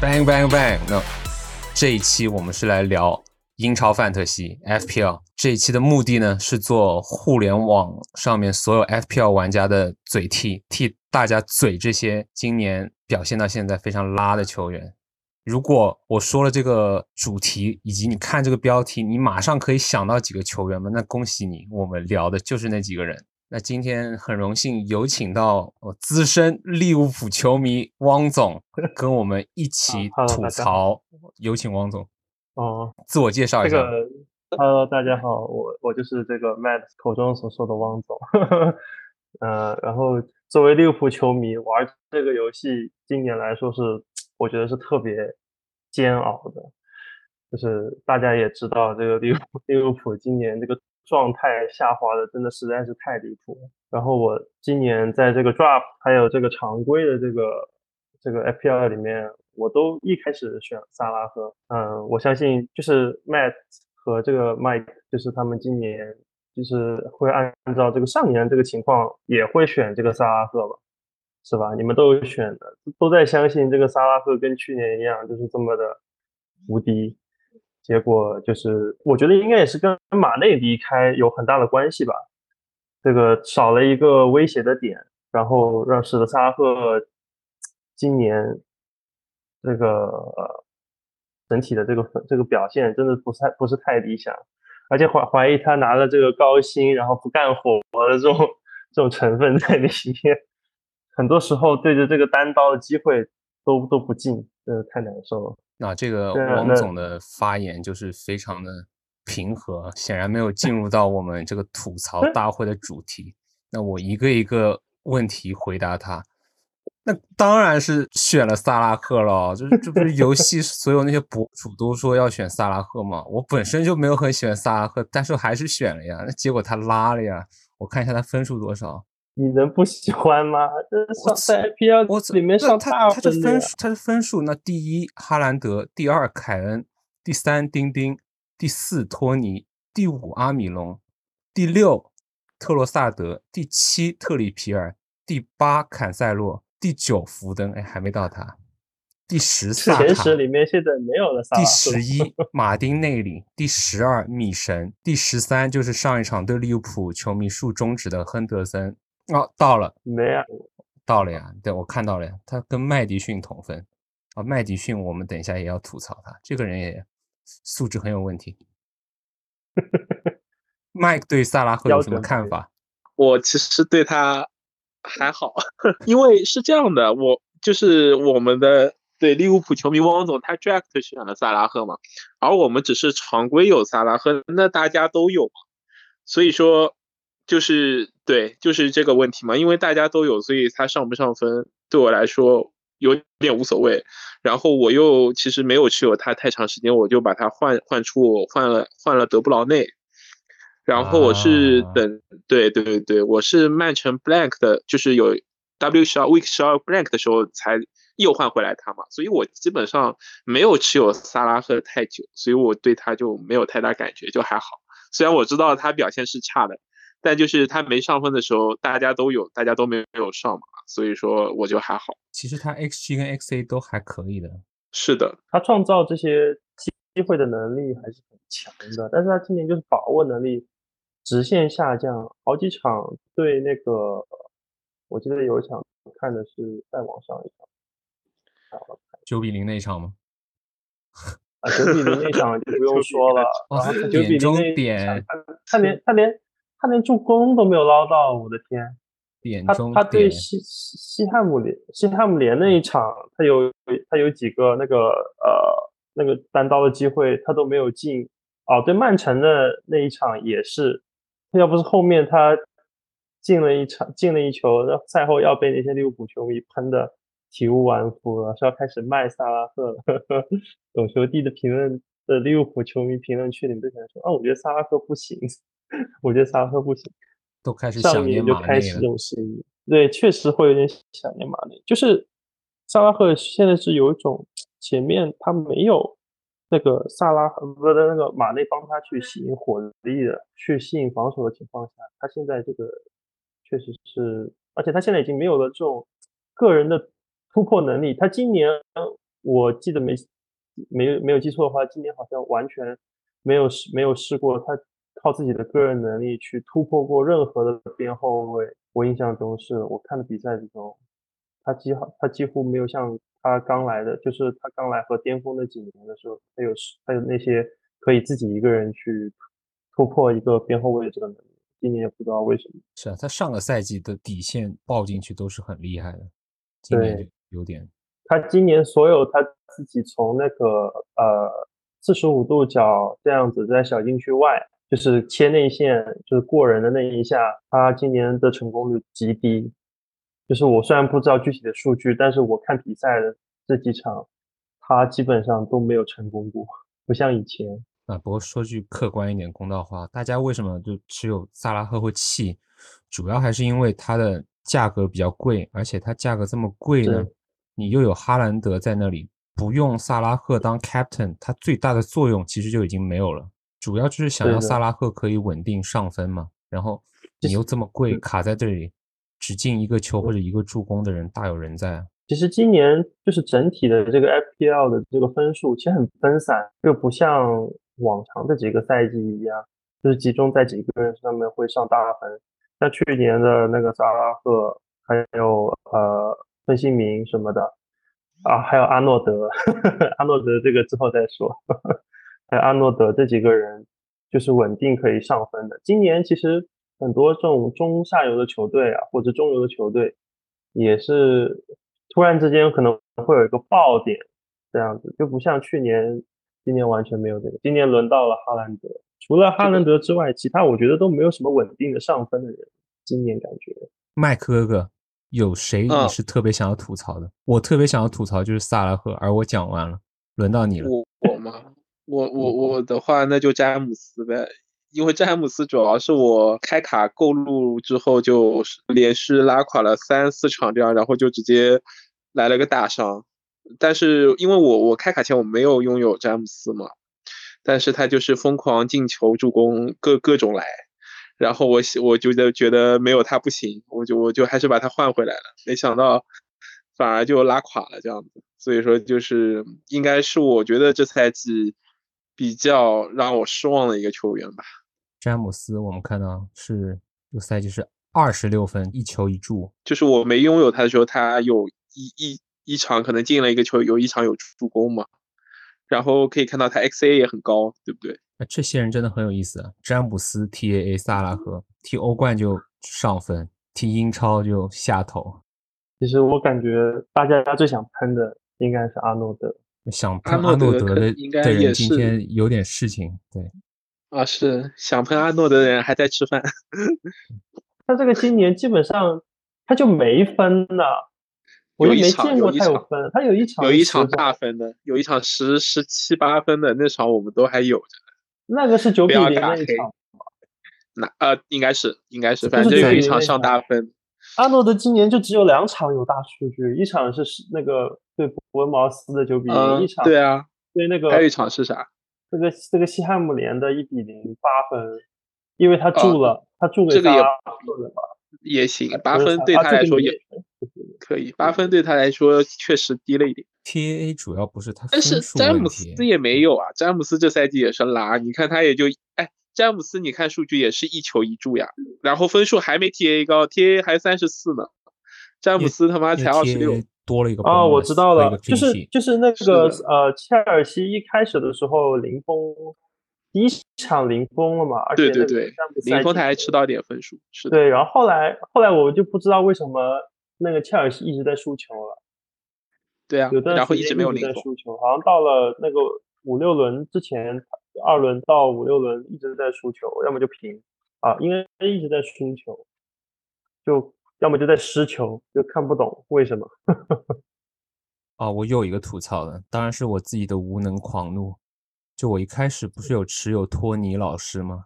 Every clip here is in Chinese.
Bang bang bang！那这一期我们是来聊英超范特西 FPL。这一期的目的呢，是做互联网上面所有 FPL 玩家的嘴替，替大家嘴这些今年表现到现在非常拉的球员。如果我说了这个主题，以嗯及你看这个标题，你马上可以想到几个球员吗？那恭喜你，我们聊的就是那几个人。那今天很荣幸有请到我资深利物浦球迷汪 总，跟我们一起啊，Hello，吐大家槽。有请汪总哦，自我介绍一这下。个，Hello，大家好，我我就是这个 Matt 口中所说的汪总， 呃，然后作为利物浦球迷，玩这个游戏今年来说是，我觉得是特别煎熬的，就是大家也知道这个利物 浦利物浦今年这个状态下滑的真的实在是太离谱了。然后我今年在这个 draft 还有这个常规的这个这个 FPL 里面，我都一开始选萨拉赫。嗯，我相信就是 Matt 和这个 Mike，就是他们今年就是会按照这个上年这个情况，也会选这个萨拉赫吧，是吧？你们都有选的，都在相信这个萨拉赫跟去年一样，就是这么的无敌。结果就是，我觉得应该也是跟马内离开有很大的关系吧。这个少了一个威胁的点，然后让使得萨拉赫今年这个呃整体的这个这个表现真的不太不是太理想，而且怀怀疑他拿了这个高薪然后不干活的这种这种成分在里面，很多时候对着这个单刀的机会都都不进，真的太难受了。那这个对啊汪那总的发言就是非常的平和，显然没有进入到我们这个吐 槽大会的主题。那我一个一个问题回答他。那当然是选了萨拉赫了，就是这不是游戏所有那些博主都说要选萨拉赫嘛？我本身就没有很喜欢萨拉赫，但是还是选了呀。那结果他拉了呀，我看一下他分数多少。你能不喜欢吗？ 这上操在 IPL 我操里面那上他大他这分的呀分数，他这分数，那第一哈兰德，第二凯恩，第三丁丁，第四托尼，第五阿米隆，第六特洛萨德，第七特里皮尔，第八坎塞洛，第九福登，哎，还没到他，第十萨前卡十啊里面现在没有了萨第拉十赫。 一马丁内里，第十二米神，第十三就是上一场对利物浦球迷竖中指的亨德森。哦，到了，没啊，到了呀，对我看到了呀，他跟麦迪逊同分啊，麦迪逊我们等一下也要吐槽他，这个人也素质很有问 题。麦克对萨拉赫有标什么准看配法？我其实对他还好，因为是这样的，我就是我们的对利物浦球迷汪总，他 draft 选了萨拉赫嘛，而我们只是常规有萨拉赫，那大家都有嘛，所以说就是对，就是这个问题嘛，因为大家都有，所以他上不上分对我来说有点无所谓。然后我又其实没有持有他太长时间，我就把他换换出，换了换了德布劳内。然后我是啊等、对对对对，我是曼城 blank 的，就是有 W 十二 week 十二 blank 的时候才又换回来他嘛，所以我基本上没有持有萨拉赫太久，所以我对他就没有太大感觉，就还好。虽然我知道他表现是差的，但就是他没上分的时候，大家都有，大家都没有上嘛，所以说我就还好。其实他 XG 跟 XA 都还可以的，是的，他创造这些机机会的能力还是很强的，但是他今年就是把握能力直线下降，好几场对那个，我记得有一场看的是在网上一场九比零那一场吗？啊，九比零那场就不九用比说零了，哇，然后他九比点零中那一场点他他连他连他连助攻都没有捞到，我的天！点他中他对点，嗯西西西汉姆联西汉姆联那一场，他有他有几个那个呃那个单刀的机会，他都没有进。哦，对曼城的那一场也是，要不是后面他进了一场进了一球，然后赛后要被那些利物浦球迷喷的体无完肤了，说要开始卖萨拉赫了。 懂球帝的评论的利物浦球迷评论区里面都想说啊，我觉得萨拉赫不行， 我觉得萨拉赫不行。都开始上想念年就马开内始了这。种声音，对，确实会有点想念马内。就是萨拉赫现在是有一种前面他没有那个萨拉赫不是那个马内帮他去吸引火力的，去吸引防守的情况下，他现在这个确实是，而且他现在已经没有了这种个人的突破能力。他今年我记得没没没有记错的话，今年好像完全没有试没有试过他靠自己的个人能力去突破过任何的边后卫。我印象中是我看的比赛之中，他几好他几乎没有像他刚来的，就是他刚来和巅峰那几年的时候，他有他有那些可以自己一个人去突破一个边后卫的这个能力。今年也不知道为什么。是啊，他上个赛季的底线爆进去都是很厉害的，今对年就有点他今年所有他自己从那个呃四十五度角这样子在小禁区外，就是切内线，就是过人的那一下，他今年的成功率极低。就是我虽然不知道具体的数据，但是我看比赛的这几场，他基本上都没有成功过，不像以前。啊，不过说句客观一点、公道话，大家为什么就持有萨拉赫会气？主要还是因为它的价格比较贵，而且它价格这么贵呢是，你又有哈兰德在那里，不用萨拉赫当 captain，它最大的作用其实就已经没有了。主要就是想对要的萨拉赫可以稳定上分嘛，然后就你是又这么贵，嗯卡在这里，只进一个球或者一个助攻的人大有人在啊。其实今年就是整体的这个 FPL 的这个分数其实很分散，就不像往常的几个赛季一样，就是集中在几个人上面会上大分。像去年的那个萨拉赫，还有呃孙兴民什么的，啊，还有阿诺德， 阿诺德这个之后再说， 还有阿诺德这几个人就是稳定可以上分的。今年其实很多这种中下游的球队啊，或者中游的球队，也是突然之间可能会有一个爆点，这样子就不像去年，今年完全没有这个。今年轮到了哈兰德，除了哈兰德之外，其他我觉得都没有什么稳定的上分的人。今年感觉麦克哥哥，有谁你嗯是特别想要吐槽的？我特别想要吐槽就是萨拉赫，而我讲完了，轮到你了。嗯我我吗？我我我的话，那就詹姆斯呗，因为詹姆斯主要是我开卡购入之后，就是连续拉垮了三四场这样，然后就直接来了个大伤。但是因为我我开卡前我没有拥有詹姆斯嘛，但是他就是疯狂进球、助攻，各各种来。然后我喜我就觉得觉得没有他不行，我就我就还是把他换回来了，没想到反而就拉垮了这样子。所以说，就是应该是我觉得这赛季比较让我失望的一个球员吧。詹姆斯，我们看到是这个赛季是二十六分，一球一助，就是我没拥有他的时候，他有一一一场可能进了一个球，有一场有助攻嘛。然后可以看到他 XA 也很高，对不对？那这些人真的很有意思啊！詹姆斯、TAA、萨拉赫踢欧冠就上分，踢英超就下头。其实我感觉大家最想喷的应该是阿诺德，想阿喷诺阿诺德德可的应该的人也今是天有点事情，对，啊，是想喷阿诺的人还在吃饭，他这个今年基本上他就没分呐，我有就一没场见有过一他有场分，他有一场有一是场十分大分的，有一场十十七八分的那场我们都还有着。那个是九不比要零打那一黑场，那呃，应该是应该是，就反是正有在一那场上场大分，阿诺德今年就只有两场有大数据，一场是十那个对伯恩茅斯的九比零、嗯一，场对啊，对那个还有一场是啥？这个这个西汉姆联的一比零八分，因为他住了，他住给哦这个萨也拉赫的吧，也行，八不是分萨对啊他这来个嗯说你也可以，八分对他来说确实低了一点。 TAA 主要不是他但分是数问詹姆题嗯斯也没有啊，詹姆斯这赛季也是拉，你看他也就哎，詹姆斯你看数据也是一球一助呀，嗯然后分数还没 TA 高，TA 还三十四呢，詹姆斯他妈因才为二十六 TAA，多了一个哦，我 bonus 知道和一了个，就 clean 是 sheet 就是那是个的呃，切尔西一开始的时候零封，第一场零封了嘛，而且对那对个对詹姆，斯林峰还他还进吃到点分数，是的，对，然后后来后来我就不知道为什么那个切尔西一直在输球了。对啊有，段然时后间一直没有在林峰，输球，好像到了那个五六轮之前，二轮到五六轮一直在输球，要么就平啊，因为一直在输球，就要么就在失球，就看不懂为什么。哦，我又有一个吐槽的，当然是我自己的无能狂怒。就我一开始不是有持有托尼老师吗？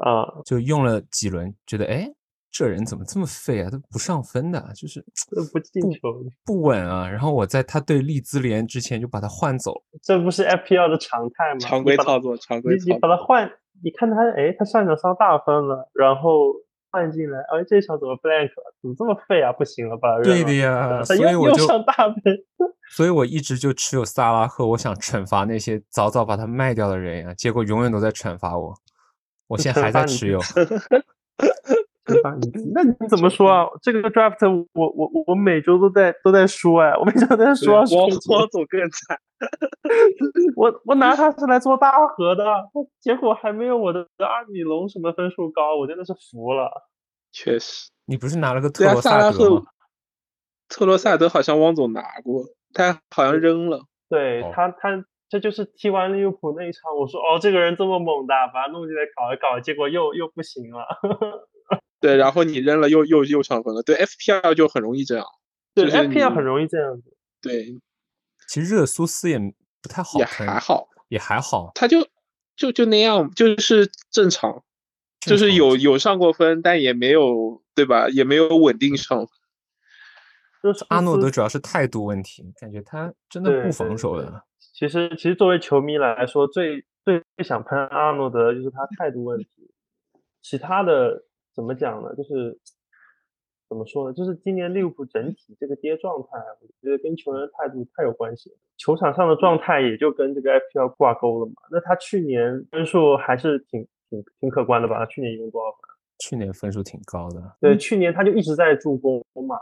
啊，就用了几轮，觉得哎，这人怎么这么废啊？他不上分的啊，就是这不进嗯不球，不稳啊。然后我在他对利兹联之前就把他换走了，这不是 FPL 的常态吗？常你规把它操作，常你规你操把作。它换，你看他，哎，他上场上大分了，然后换进来，哎，这场怎么 blank 了？怎么这么废啊？不行了吧？对的呀，呀，他所以又我又就，上大杯。所以我一直就持有萨拉赫，我想惩罚那些早早把他卖掉的人呀，结果永远都在惩罚我，我现在还在惩罚你持有。 对吧？你那你怎么说啊？这个 draft 我我我我每周都在都在输哎，我每周都在输啊输汪输汪总更惨，我我拿他是来做大和的，结果还没有我的阿米隆什么分数高，我真的是服了。确实。你不是拿了个对特啊，罗萨拉萨德赫吗？，特罗萨德好像汪总拿过，他好像扔了。对哦他他这就是踢完利物浦那一场，我说哦这个人这么猛的，把他弄进来搞一搞，结果又又不行了。对，然后你扔了又又又上分了。对，FPL 就很容易这样。对就是你，FPL 很容易这样子。对，其实热苏斯也不太好也坑，还好，也还好，他就就就那样，就是正常，就是正常有有上过分，但也没有对吧？也没有稳定上分。就是阿诺斯德主要是态度问题，感觉他真的对不对防对守对的。其实，其实作为球迷来说，最最最想喷阿诺德就是他态度问题，其他的怎么讲呢？就是怎么说呢？就是今年利物浦整体这个跌状态，我觉得跟球员的态度太有关系了。球场上的状态也就跟这个 FPL 挂钩了嘛。那他去年分数还是挺挺挺可观的吧？去年一共多少分？去年分数挺高的，对，去年他就一直在助攻嘛，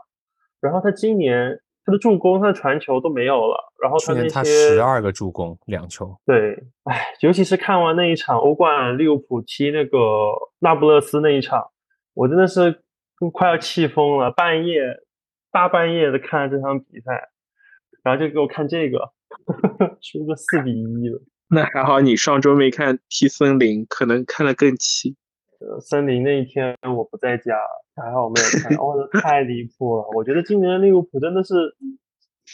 然后他今年他的助攻、他的传球都没有了，然后去那年些他十二个助攻，两球。对，唉，尤其是看完那一场欧冠利物浦踢那个那不勒斯那一场，我真的是快要气疯了，半夜大半夜的看这场比赛，然后就给我看这个， 输个四比一了。那还好，你上周没看踢森林，可能看得更齐。呃森林那一天我不在家，还好我没有看，哦，这太离谱了！我觉得今年的利物浦真的是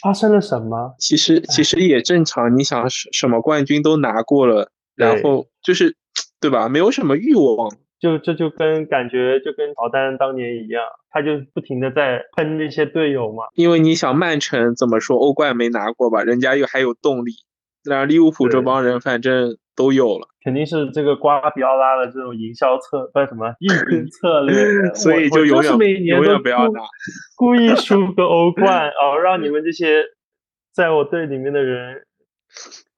发生了什么？其实其实也正常，你想什什么冠军都拿过了，然对后就是对吧？没有什么欲望。就这就跟感觉就跟乔丹当年一样，他就不停的在喷那些队友嘛。因为你想曼城怎么说欧冠没拿过吧，人家又还有动力，那利物浦这对帮人反正都有了，肯定是这个瓜迪奥拉的这种营销策，不是什么运 营策略，所我以我就就永是远每年永都远不要故拿，故意输个 欧冠，哦，让你们这些在我队里面的人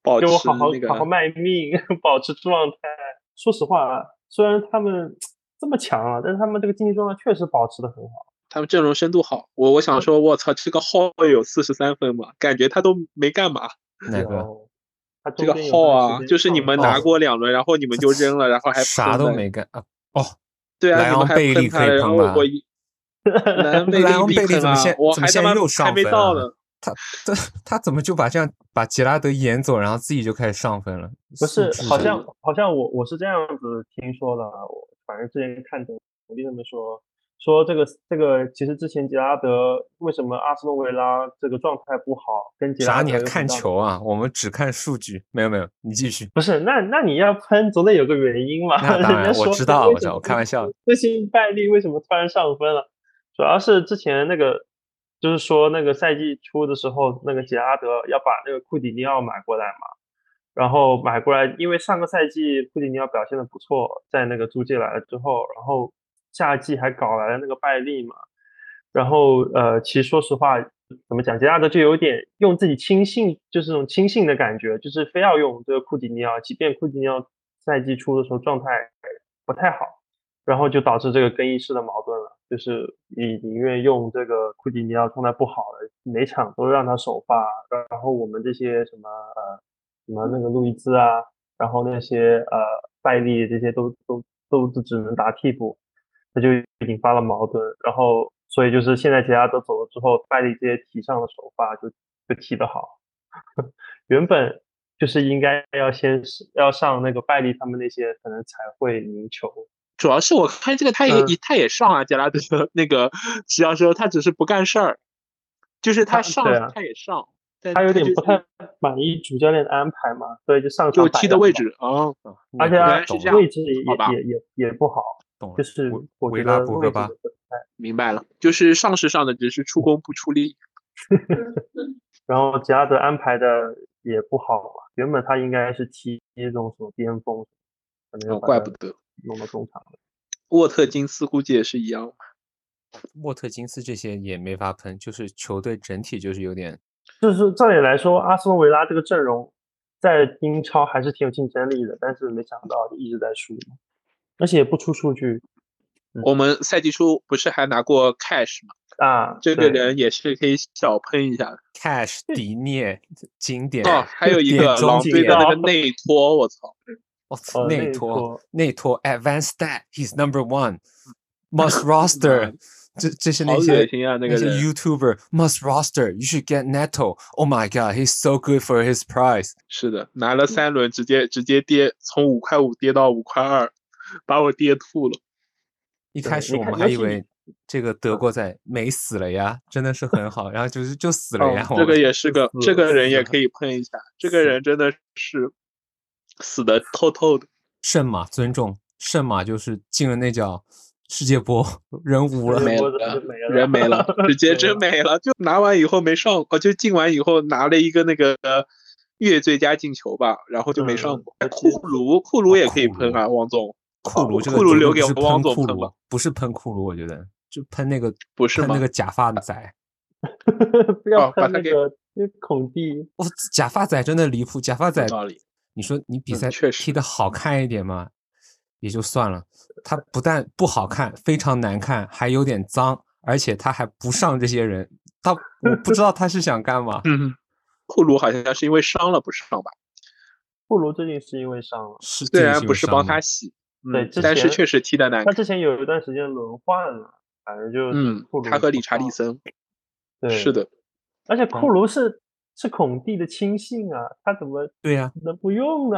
保给持我好好那好好个。卖命， 保持状态。说实话，啊，虽然他们这么强啊，但是他们这个竞技状态确实保持的很好。他们阵容深度好，我我想说，我操，这个号有四十三分嘛，感觉他都没干嘛。哪然个？后他这中个间有号段时啊，间就是你上们了哦拿过两轮，然后你们就扔了，然后还啥喷都了。没干啊？哦，对莱啊，你昂们还贝利喷他可以了，然后喷吧 我一莱昂贝 莱昂贝利利喷怎么啊现，我怎么还他现妈在又还上没分啊到了呢。？他他他怎么就把这样把杰拉德演走，然后自己就开始上分了？不素是，质好上像好像我我是这样子听说的啊，我反正之前看统计上面说说这个这个，其实之前杰拉德为什么阿斯诺维拉这个状态不好，跟杰啥？拉你德还有很看大的球啊？我们只看数据，没有没有，你继 续。不是，那那你要喷，总得有个原因嘛。那当人家然，我说知这道，我为知什道，我么开玩笑 的。这些败例为什么突然上分了？主要是之前那个，就是说那个赛季初的时候，那个杰拉德要把那个库蒂尼奥买过来嘛，然后买过来，因为上个赛季库蒂尼奥表现的不错，在那个租借来了之后，然后夏季还搞来了那个拜利嘛，然后呃，其实说实话，怎么讲，杰拉德就有点用自己轻信，就是这种轻信的感觉，就是非要用这个库蒂尼奥，即便库蒂尼奥赛季初的时候状态不太好，然后就导致这个更衣室的矛盾了，就是你宁愿用这个库蒂尼奥状态不好的，每场都让他首发，然后我们这些什么呃什么那个路易兹啊，然后那些呃拜利这些都都都只能打替补，那就引发了矛盾，然后所以就是现在杰拉德走了之后，拜利这些提上了首发就就踢得好， 原本就是应该要先是要上那个拜利他们那些可能才会赢球，主要是我看这个他也、嗯他也上啊，杰拉德那个只要说他只是不干事儿，就是他他上、对啊他也上，但他有点就不太满意主教练的安排嘛，所以就上就场摆踢的烂位嘛，置啊、哦啊而你且也不原他来是懂这了样位置也好吧也也也也不好，懂了就是维我维觉拉得博位格置巴也不太明白了，就是上是上的，只是嗯出工不出力。然后杰拉德安排的也不好嘛，原本他应该是踢这种什么边锋，可能哦要把怪他不得。弄到中场了。沃特金斯估计也是一样。沃特金斯这些也没法喷，就是球队整体就是有点就是照理来说，阿斯顿维拉这个阵容在英超还是挺有竞争力的，但是没想到一直在输，而且也不出数据嗯我们赛季初不是还拿过 Cash 吗？啊。这个对人也是可以小喷一下的。 cash 迪涅经典哦，还 有一点个中狼队的那个点内托，我操！哦哦内内托托内托 advanced stat he's number one must roster 这这是好那恶些心啊，那那个些人 YouTuber must roster you should get Neto oh my god he's so good for his price 是的，拿了三轮，直接直接跌，从五块五跌到五块二，把我跌吐了。一开对始你我看们还尤以其为这个嗯德国仔没死了呀，真的是很好，然后就是就死了呀我哦，这个们也是个，死这个人死也了可以喷一下。这个人真的是死的透透的。圣马尊重圣马就是进了那脚世界波人无了世没界波了波人就没了 人没了，直接没真了没了，就拿完以后没上，哦，就进完以后拿了一个那个月最佳进球吧，然后就没上嗯过。哎库卢，库卢也可以库喷啊，王总，库卢这个库卢绝对留不给是汪喷总库喷卢吧，不是喷库卢，我觉得就喷那个不是喷那吗个假发仔。不要哦把喷他那给个那个孔蒂，哇，哦假发仔真的离谱！假发仔有道理，你说你比嗯赛确踢实。的好看一点嘛，也就算了，他不但不好看，非常难看，还有点脏，而且他还不上这些人，他我不知道他是想干嘛嗯，库卢好像是因为伤了不上吧，布鲁最近是因为伤了，是虽这个然新啊不闻是上帮吗他洗，对嗯之但是前确实踢的难他看。之前有一段时间轮换了，反正就嗯库，卢他不和理查利上森对是，的，嗯而且库卢是是孔蒂的亲信啊，他怎么对呀、能不用呢？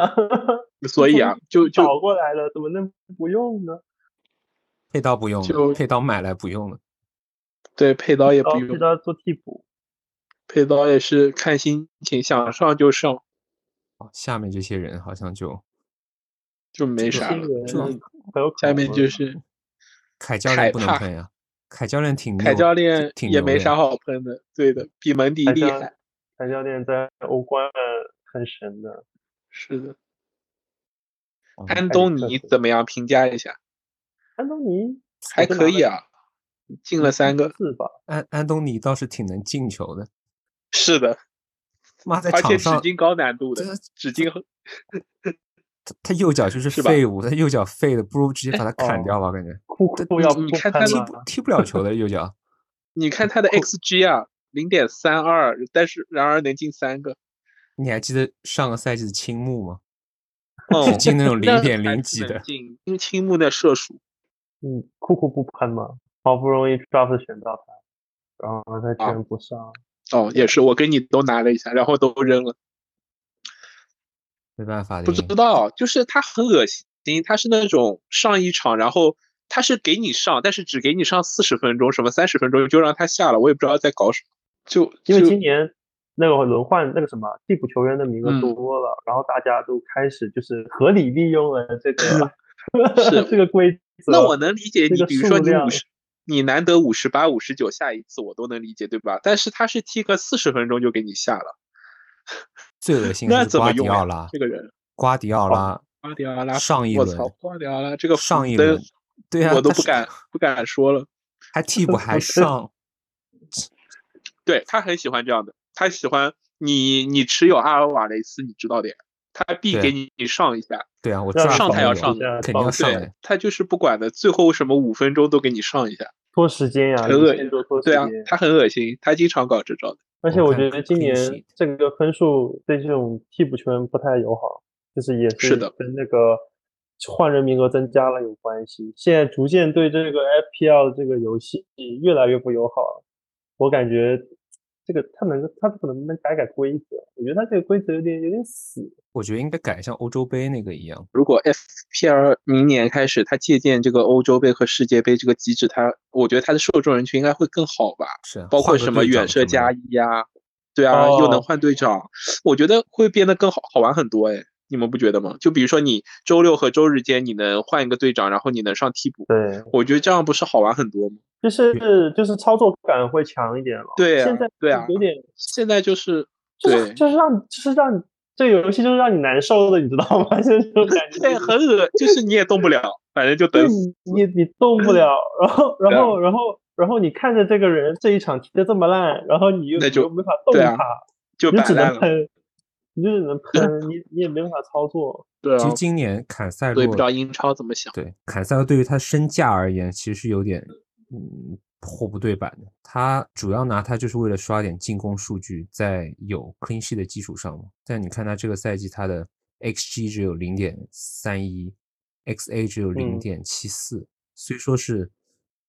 所以啊，就就倒过来了，怎么能不用呢？配刀不用了，就配刀买来不用了。对佩刀也然不后用知，道做替补，佩刀也是看心情，想上就上，哦下面这些人好像就就没这啥些了。人嗯很有可下能面了就是凯教练凯不能帕喷呀、凯教练挺凯牛教练挺也牛没的啥呀好喷的，对的，比蒙迪凯厉教害，凯教练在欧冠很神的，是的。嗯哦安太东克尼服怎么样？评价一下，安东尼还可以，啊，进了嗯三个，是吧？安安东尼倒是挺能进球的，是的，妈在而场且指上定高难度的这，指定很他他右脚就是是吧哎废物，他右脚废的，不如直接把他砍哦掉吧，感觉库这库要你不看喷他踢了不踢不了球的右脚。你看他的 xg 啊，零点三二，但是然而能进三个，你还记得上个赛季的青木吗？哦只，进那种零点零几几的，进，因为青木的射术嗯，库库不喷嘛，好不容易 draft 选到他，然后他居啊然不上，哦，也是我跟你都拿了一下，然后都扔了，没办法的不因。知道，就是他很恶心，他是那种上一场，然后他是给你上，但是只给你上四十分钟，什么三十分钟就让他下了，我也不知道在搞什么，就因为就今年那个轮换那个什么替补球员的名额嗯多了，然后大家都开始就是合理利用了这个是 这个规则。那我能理解这你，个比如说数你量五十，你难得五十八、五十九下一次，我都能理解，对吧？但是他是踢个四十分钟就给你下了，最恶心那的是怎瓜么迪用呀啊奥拉，这个人？哦瓜迪奥拉瓜迪奥拉，上一我轮操，瓜迪奥拉这个福上一登轮，对啊，我都他不是 敢，不敢说了。还替补 还上，对他很喜欢这样的，他喜欢你，你持有阿尔瓦雷斯，你知道的呀，他必对给你你上一下，对啊，我让抓上防台要守上肯定要上哦对的，他就是不管的，最后为什么五分钟都给你上一下？拖时间呀、很恶一切都拖时对啊间，。他很恶心，他经常搞这招的。而且我我看觉得今 clean 年 sheet 这个分数对这种替补球员不太友好，就是也是的跟那个换人名额增加了有关系。现在逐渐对这个 FPL 这个游戏越来越不友好了。我感觉这个他能他可能不能改改规则，我觉得他这个规则有点有点死。我觉得应该改像欧洲杯那个一样，如果 FPL 明年开始，他借鉴这个欧洲杯和世界杯这个机制，他我觉得他的受众人群应该会更好吧，是啊包括换个什么队长远射什么加的一啊，对啊，又能哦换队长，我觉得会变得更好好玩很多哎，你们不觉得吗？就比如说你周六和周日间你能换一个队长，然后你能上替补，对，我觉得这样不是好玩很多吗？就是就是操作感会强一点了。对啊现在对啊有点现在就是就是对。就是让就是让这个游戏就是让你难受的，你知道吗？现在这种感觉 对，就是很恶，就是你也动不了，反正就对等死。你你动不了，然后然啊后然后然后你看着这个人这一场踢得这么烂，然后你又那就你又没法动对啊他，就你摆只烂能了。啊喷，你就只能喷，你你也没办法操作。对其啊实，今年坎塞所以不洛知道英超怎么想。对坎塞洛对于他身价而言，其实是有点嗯货不对版的。他主要拿他就是为了刷点进攻数据，在有 clean sheet 的基础上嘛。但你看他这个赛季，他的 xg 只有零点三一，xa 只有零点七四，虽说是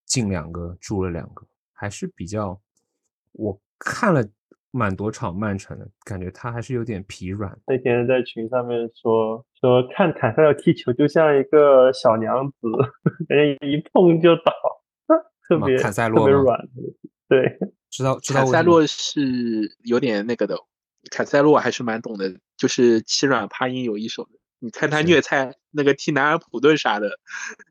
进两个助了两个，还是比较我看了蛮多场曼城的，感觉他还是有点疲软。那天在群上面说说看坎塞尔踢球就像一个小娘子，感觉一碰就倒， 特嘛别坎塞特洛别嘛软。对，知道知道坎为塞什么洛是有点那个的，坎塞洛还是蛮懂的，就是欺软怕硬有一手的。你看他是虐菜那个踢南安普顿啥的，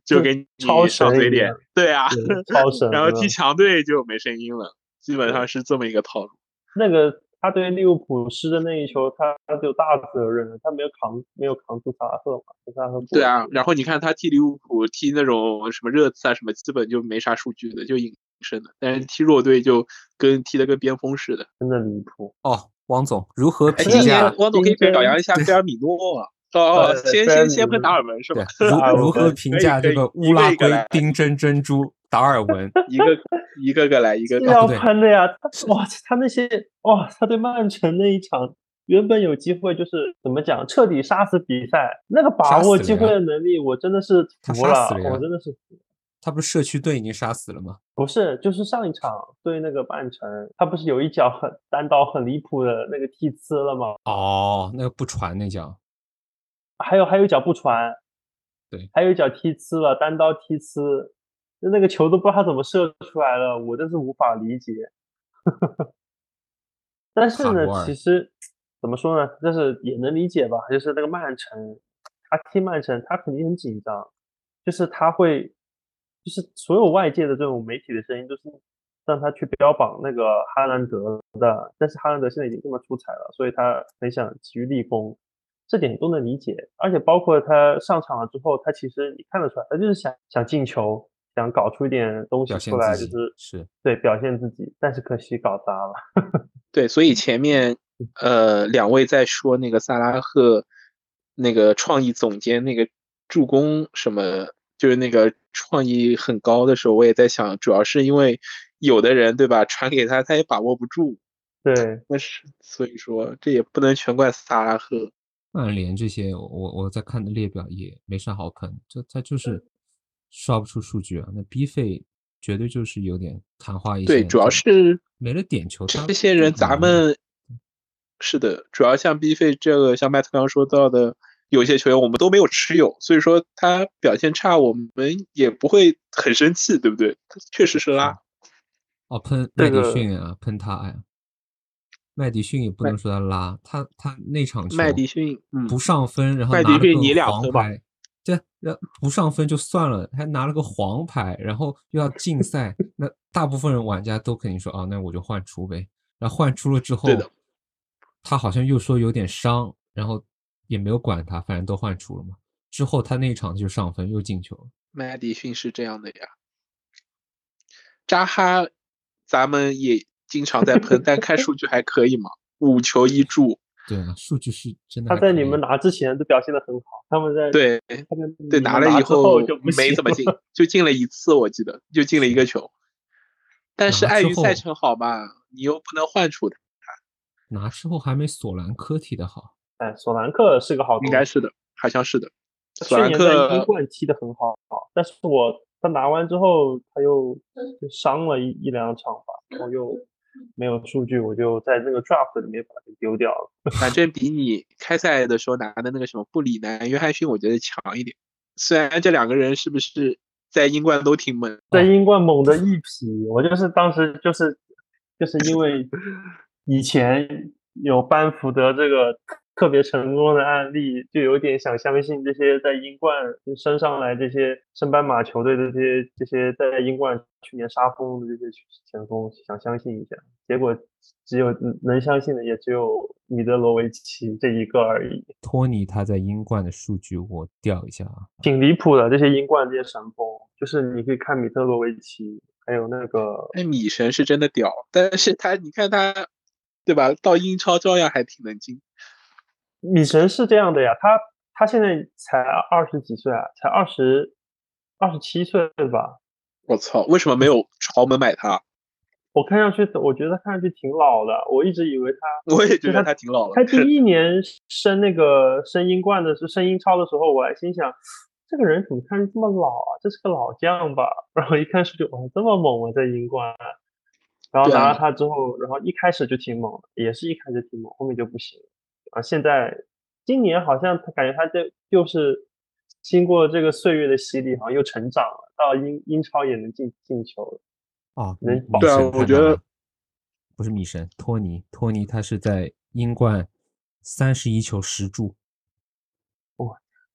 就就给你超上神嘴一脸样，对啊，对超神然后的踢强队就没声音了，基本上是这么一个套路。那个他对利物浦失的那一球，他他就大责任了，他没有扛没有扛住萨拉赫嘛，萨拉赫对啊，然后你看他踢利物浦、踢那种什么热刺啊什么，基本就没啥数据的，就隐身的。但是踢弱队就跟踢的跟边锋似的。真的离谱。哦，王总如何哎，评今价？年汪总可以今天表扬一下菲尔米 诺啊。哦，对先菲尔先米先喷诺达尔文是吧？ 啊对，达尔如如文何可以评价可这以个一乌个拉一圭个来丁真珍珠达尔文？一个一个个来，一个是个来啊要对喷的呀！他哇，他那些哇，他对曼城那一场原本有机会，就是怎么讲，彻底杀死比赛，那个杀把死握了机会呀的能力，我真的是他服杀死了呀我真的是服他不是社区队已经杀死了吗？不是，就是上一场对那个曼城，他不是有一脚很单刀很离谱的那个踢呲了吗？哦，那个不传那叫还有还有一脚不传，对，还有一脚踢呲了，单刀踢呲，那那个球都不知道他怎么射出来了，我真是无法理解。但是卡呢罗，尔其实怎么说呢，就是也能理解吧，就是那个曼城，他踢曼城，他肯定很紧张，就是他会，就是所有外界的这种媒体的声音都是让他去标榜那个哈兰德的，但是哈兰德现在已经这么出彩了，所以他很想急于立功，这点都能理解。而且包括他上场了之后，他其实你看得出来，他就是想想进球，想搞出一点东西表现出来，自就己是是对表现自己，但是可惜搞砸了。对，所以前面呃两位在说那个萨拉赫那个创意总监那个助攻什么，就是那个创意很高的时候，我也在想，主要是因为有的人对吧，传给他他也把握不住，对，那是所以说这也不能全怪萨拉赫。曼联这些，我我在看的列表也没啥好喷，就他就是刷不出数据啊。那 B 费绝对就是有点昙花一现，对，主要就是没了点球，他这些人就咱没了们是的，主要像 B 费这个，像麦特刚刚说到的，有些球员我们都没有持有，所以说他表现差，我们也不会很生气，对不对？他确实是拉，哦喷这麦迪个逊啊，喷他呀。麦迪逊也不能说他拉，他他那场球麦迪逊嗯不上分，然后麦拿了迪逊个你俩黄分吧牌，对，然后不上分就算了，还拿了个黄牌，然后又要禁 赛，那大部分人玩家都肯定说啊，那我就换出呗。然后换出了之后对的，他好像又说有点伤，然后也没有管他，反正都换出了嘛。之后他那一场就上分又进球了，麦迪逊是这样的呀。扎哈，咱们也经常在喷，但看数据还可以嘛，五球一助，对啊，数据是真的他还可以。在你们拿之前都表现得很好，他们在对他们对，你拿们了以之后后就不没行怎么了进，就进了一次，我记得就进了一个球。但是拿碍之于赛后程好吧，你又不能换出他，拿之后还没索兰科踢的好，哎，索兰克是个好应东该西，是的，好像是的。他索去兰年在英克冠踢得很好，但是我他拿完之后他又就伤了一一两场吧，然后又没有数据，我就在那个 draft 里面把它给丢掉了。反正比你开赛的时候拿的那个什么布里南、约翰逊，我觉得强一点。虽然这两个人是不是在英冠都挺猛，在哦英冠猛的一匹， 我就是当时就是就是因为以前有班福德这个特别成功的案例，就有点想相信这些在英冠升上来这些升班马球队的这些这些在英冠去年杀疯的这些前锋，想相信一下。结果只有能相信的也只有米德罗维奇这一个而已，托尼他在英冠的数据我调一下啊，挺离谱的。这些英冠这些神锋，就是你可以看米特罗维奇，还有那个哎，米神是真的屌，但是他你看他，对吧？到英超照样还挺能进。米神是这样的呀，他他现在才二十几岁啊，才二十二十七岁吧？我操，为什么没有豪门买他？我看上去，我觉得看上去挺老的。我一直以为他，我也觉得他挺老了。他第一年升那个升英冠的是升英超的时候，我还心想，这个人怎么看着这么老啊？这是个老将吧？然后一看数据，哇，这么猛啊，在英冠。然后拿了他之后，然后一开始就挺猛的，也是一开始挺猛，后面就不行。啊，现在今年好像他感觉他这又是经过这个岁月的洗礼，好像又成长了，到英英超也能进进球了。啊，人米对啊神我看觉到得了不是米神，托尼，托尼他是在英冠三十一球十助，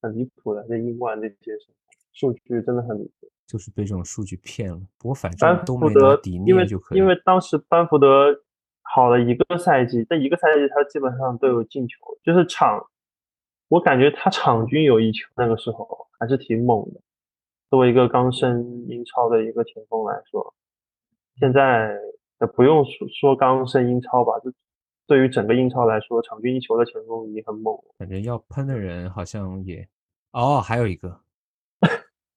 很离谱的，这英冠这些数据真的很离谱。就是被这种数据骗了。不过反正班都福没拿德迪因涅为就可以，因为当时班福德好了一个赛季，这一个赛季他基本上都有进球，就是场，我感觉他场均有一球，那个时候还是挺猛的。作为一个刚升英超的一个前锋来说，现在呃不用说说刚升英超吧，就对于整个英超来说，场均一球的前锋已经很猛了。反正要喷的人好像也哦，还有一个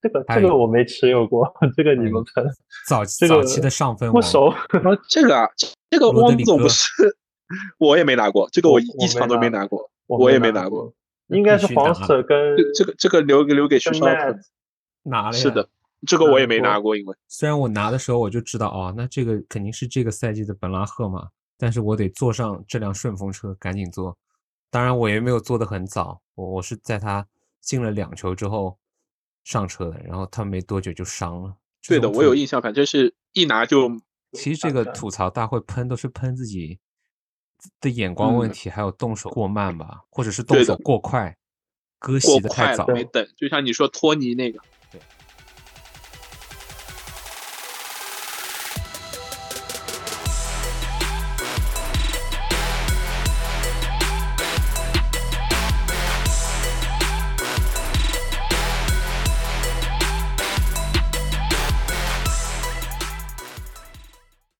这个哎这个我没持有过， 这个你哎们可能早这个早期的上分不王，熟。然后这个啊，这个罗德汪里总戈不是， 我也没拿过，这个我一我没一场都没拿拿过。我也没拿拿过，应该必是须黄拿 Sir 跟这啊这个这个留留给徐跟少可 Matt 拿了呀。是的，，这个我也没拿拿过，因为虽然我拿的时候我就知道哦，那这个肯定是这个赛季的本拉赫嘛，但是我得坐上这辆顺风车，赶紧坐。当然我也没有坐得很早，我我是在他进了两球之后上车的，然后他没多久就伤了。这对是的，吐我有印象，反正是一拿就其实这个吐槽大会喷都是喷自己的眼光问嗯题，还有动手过慢吧，或者是动对手的过快，割过席的太快了早，。没等。就像你说托尼那个，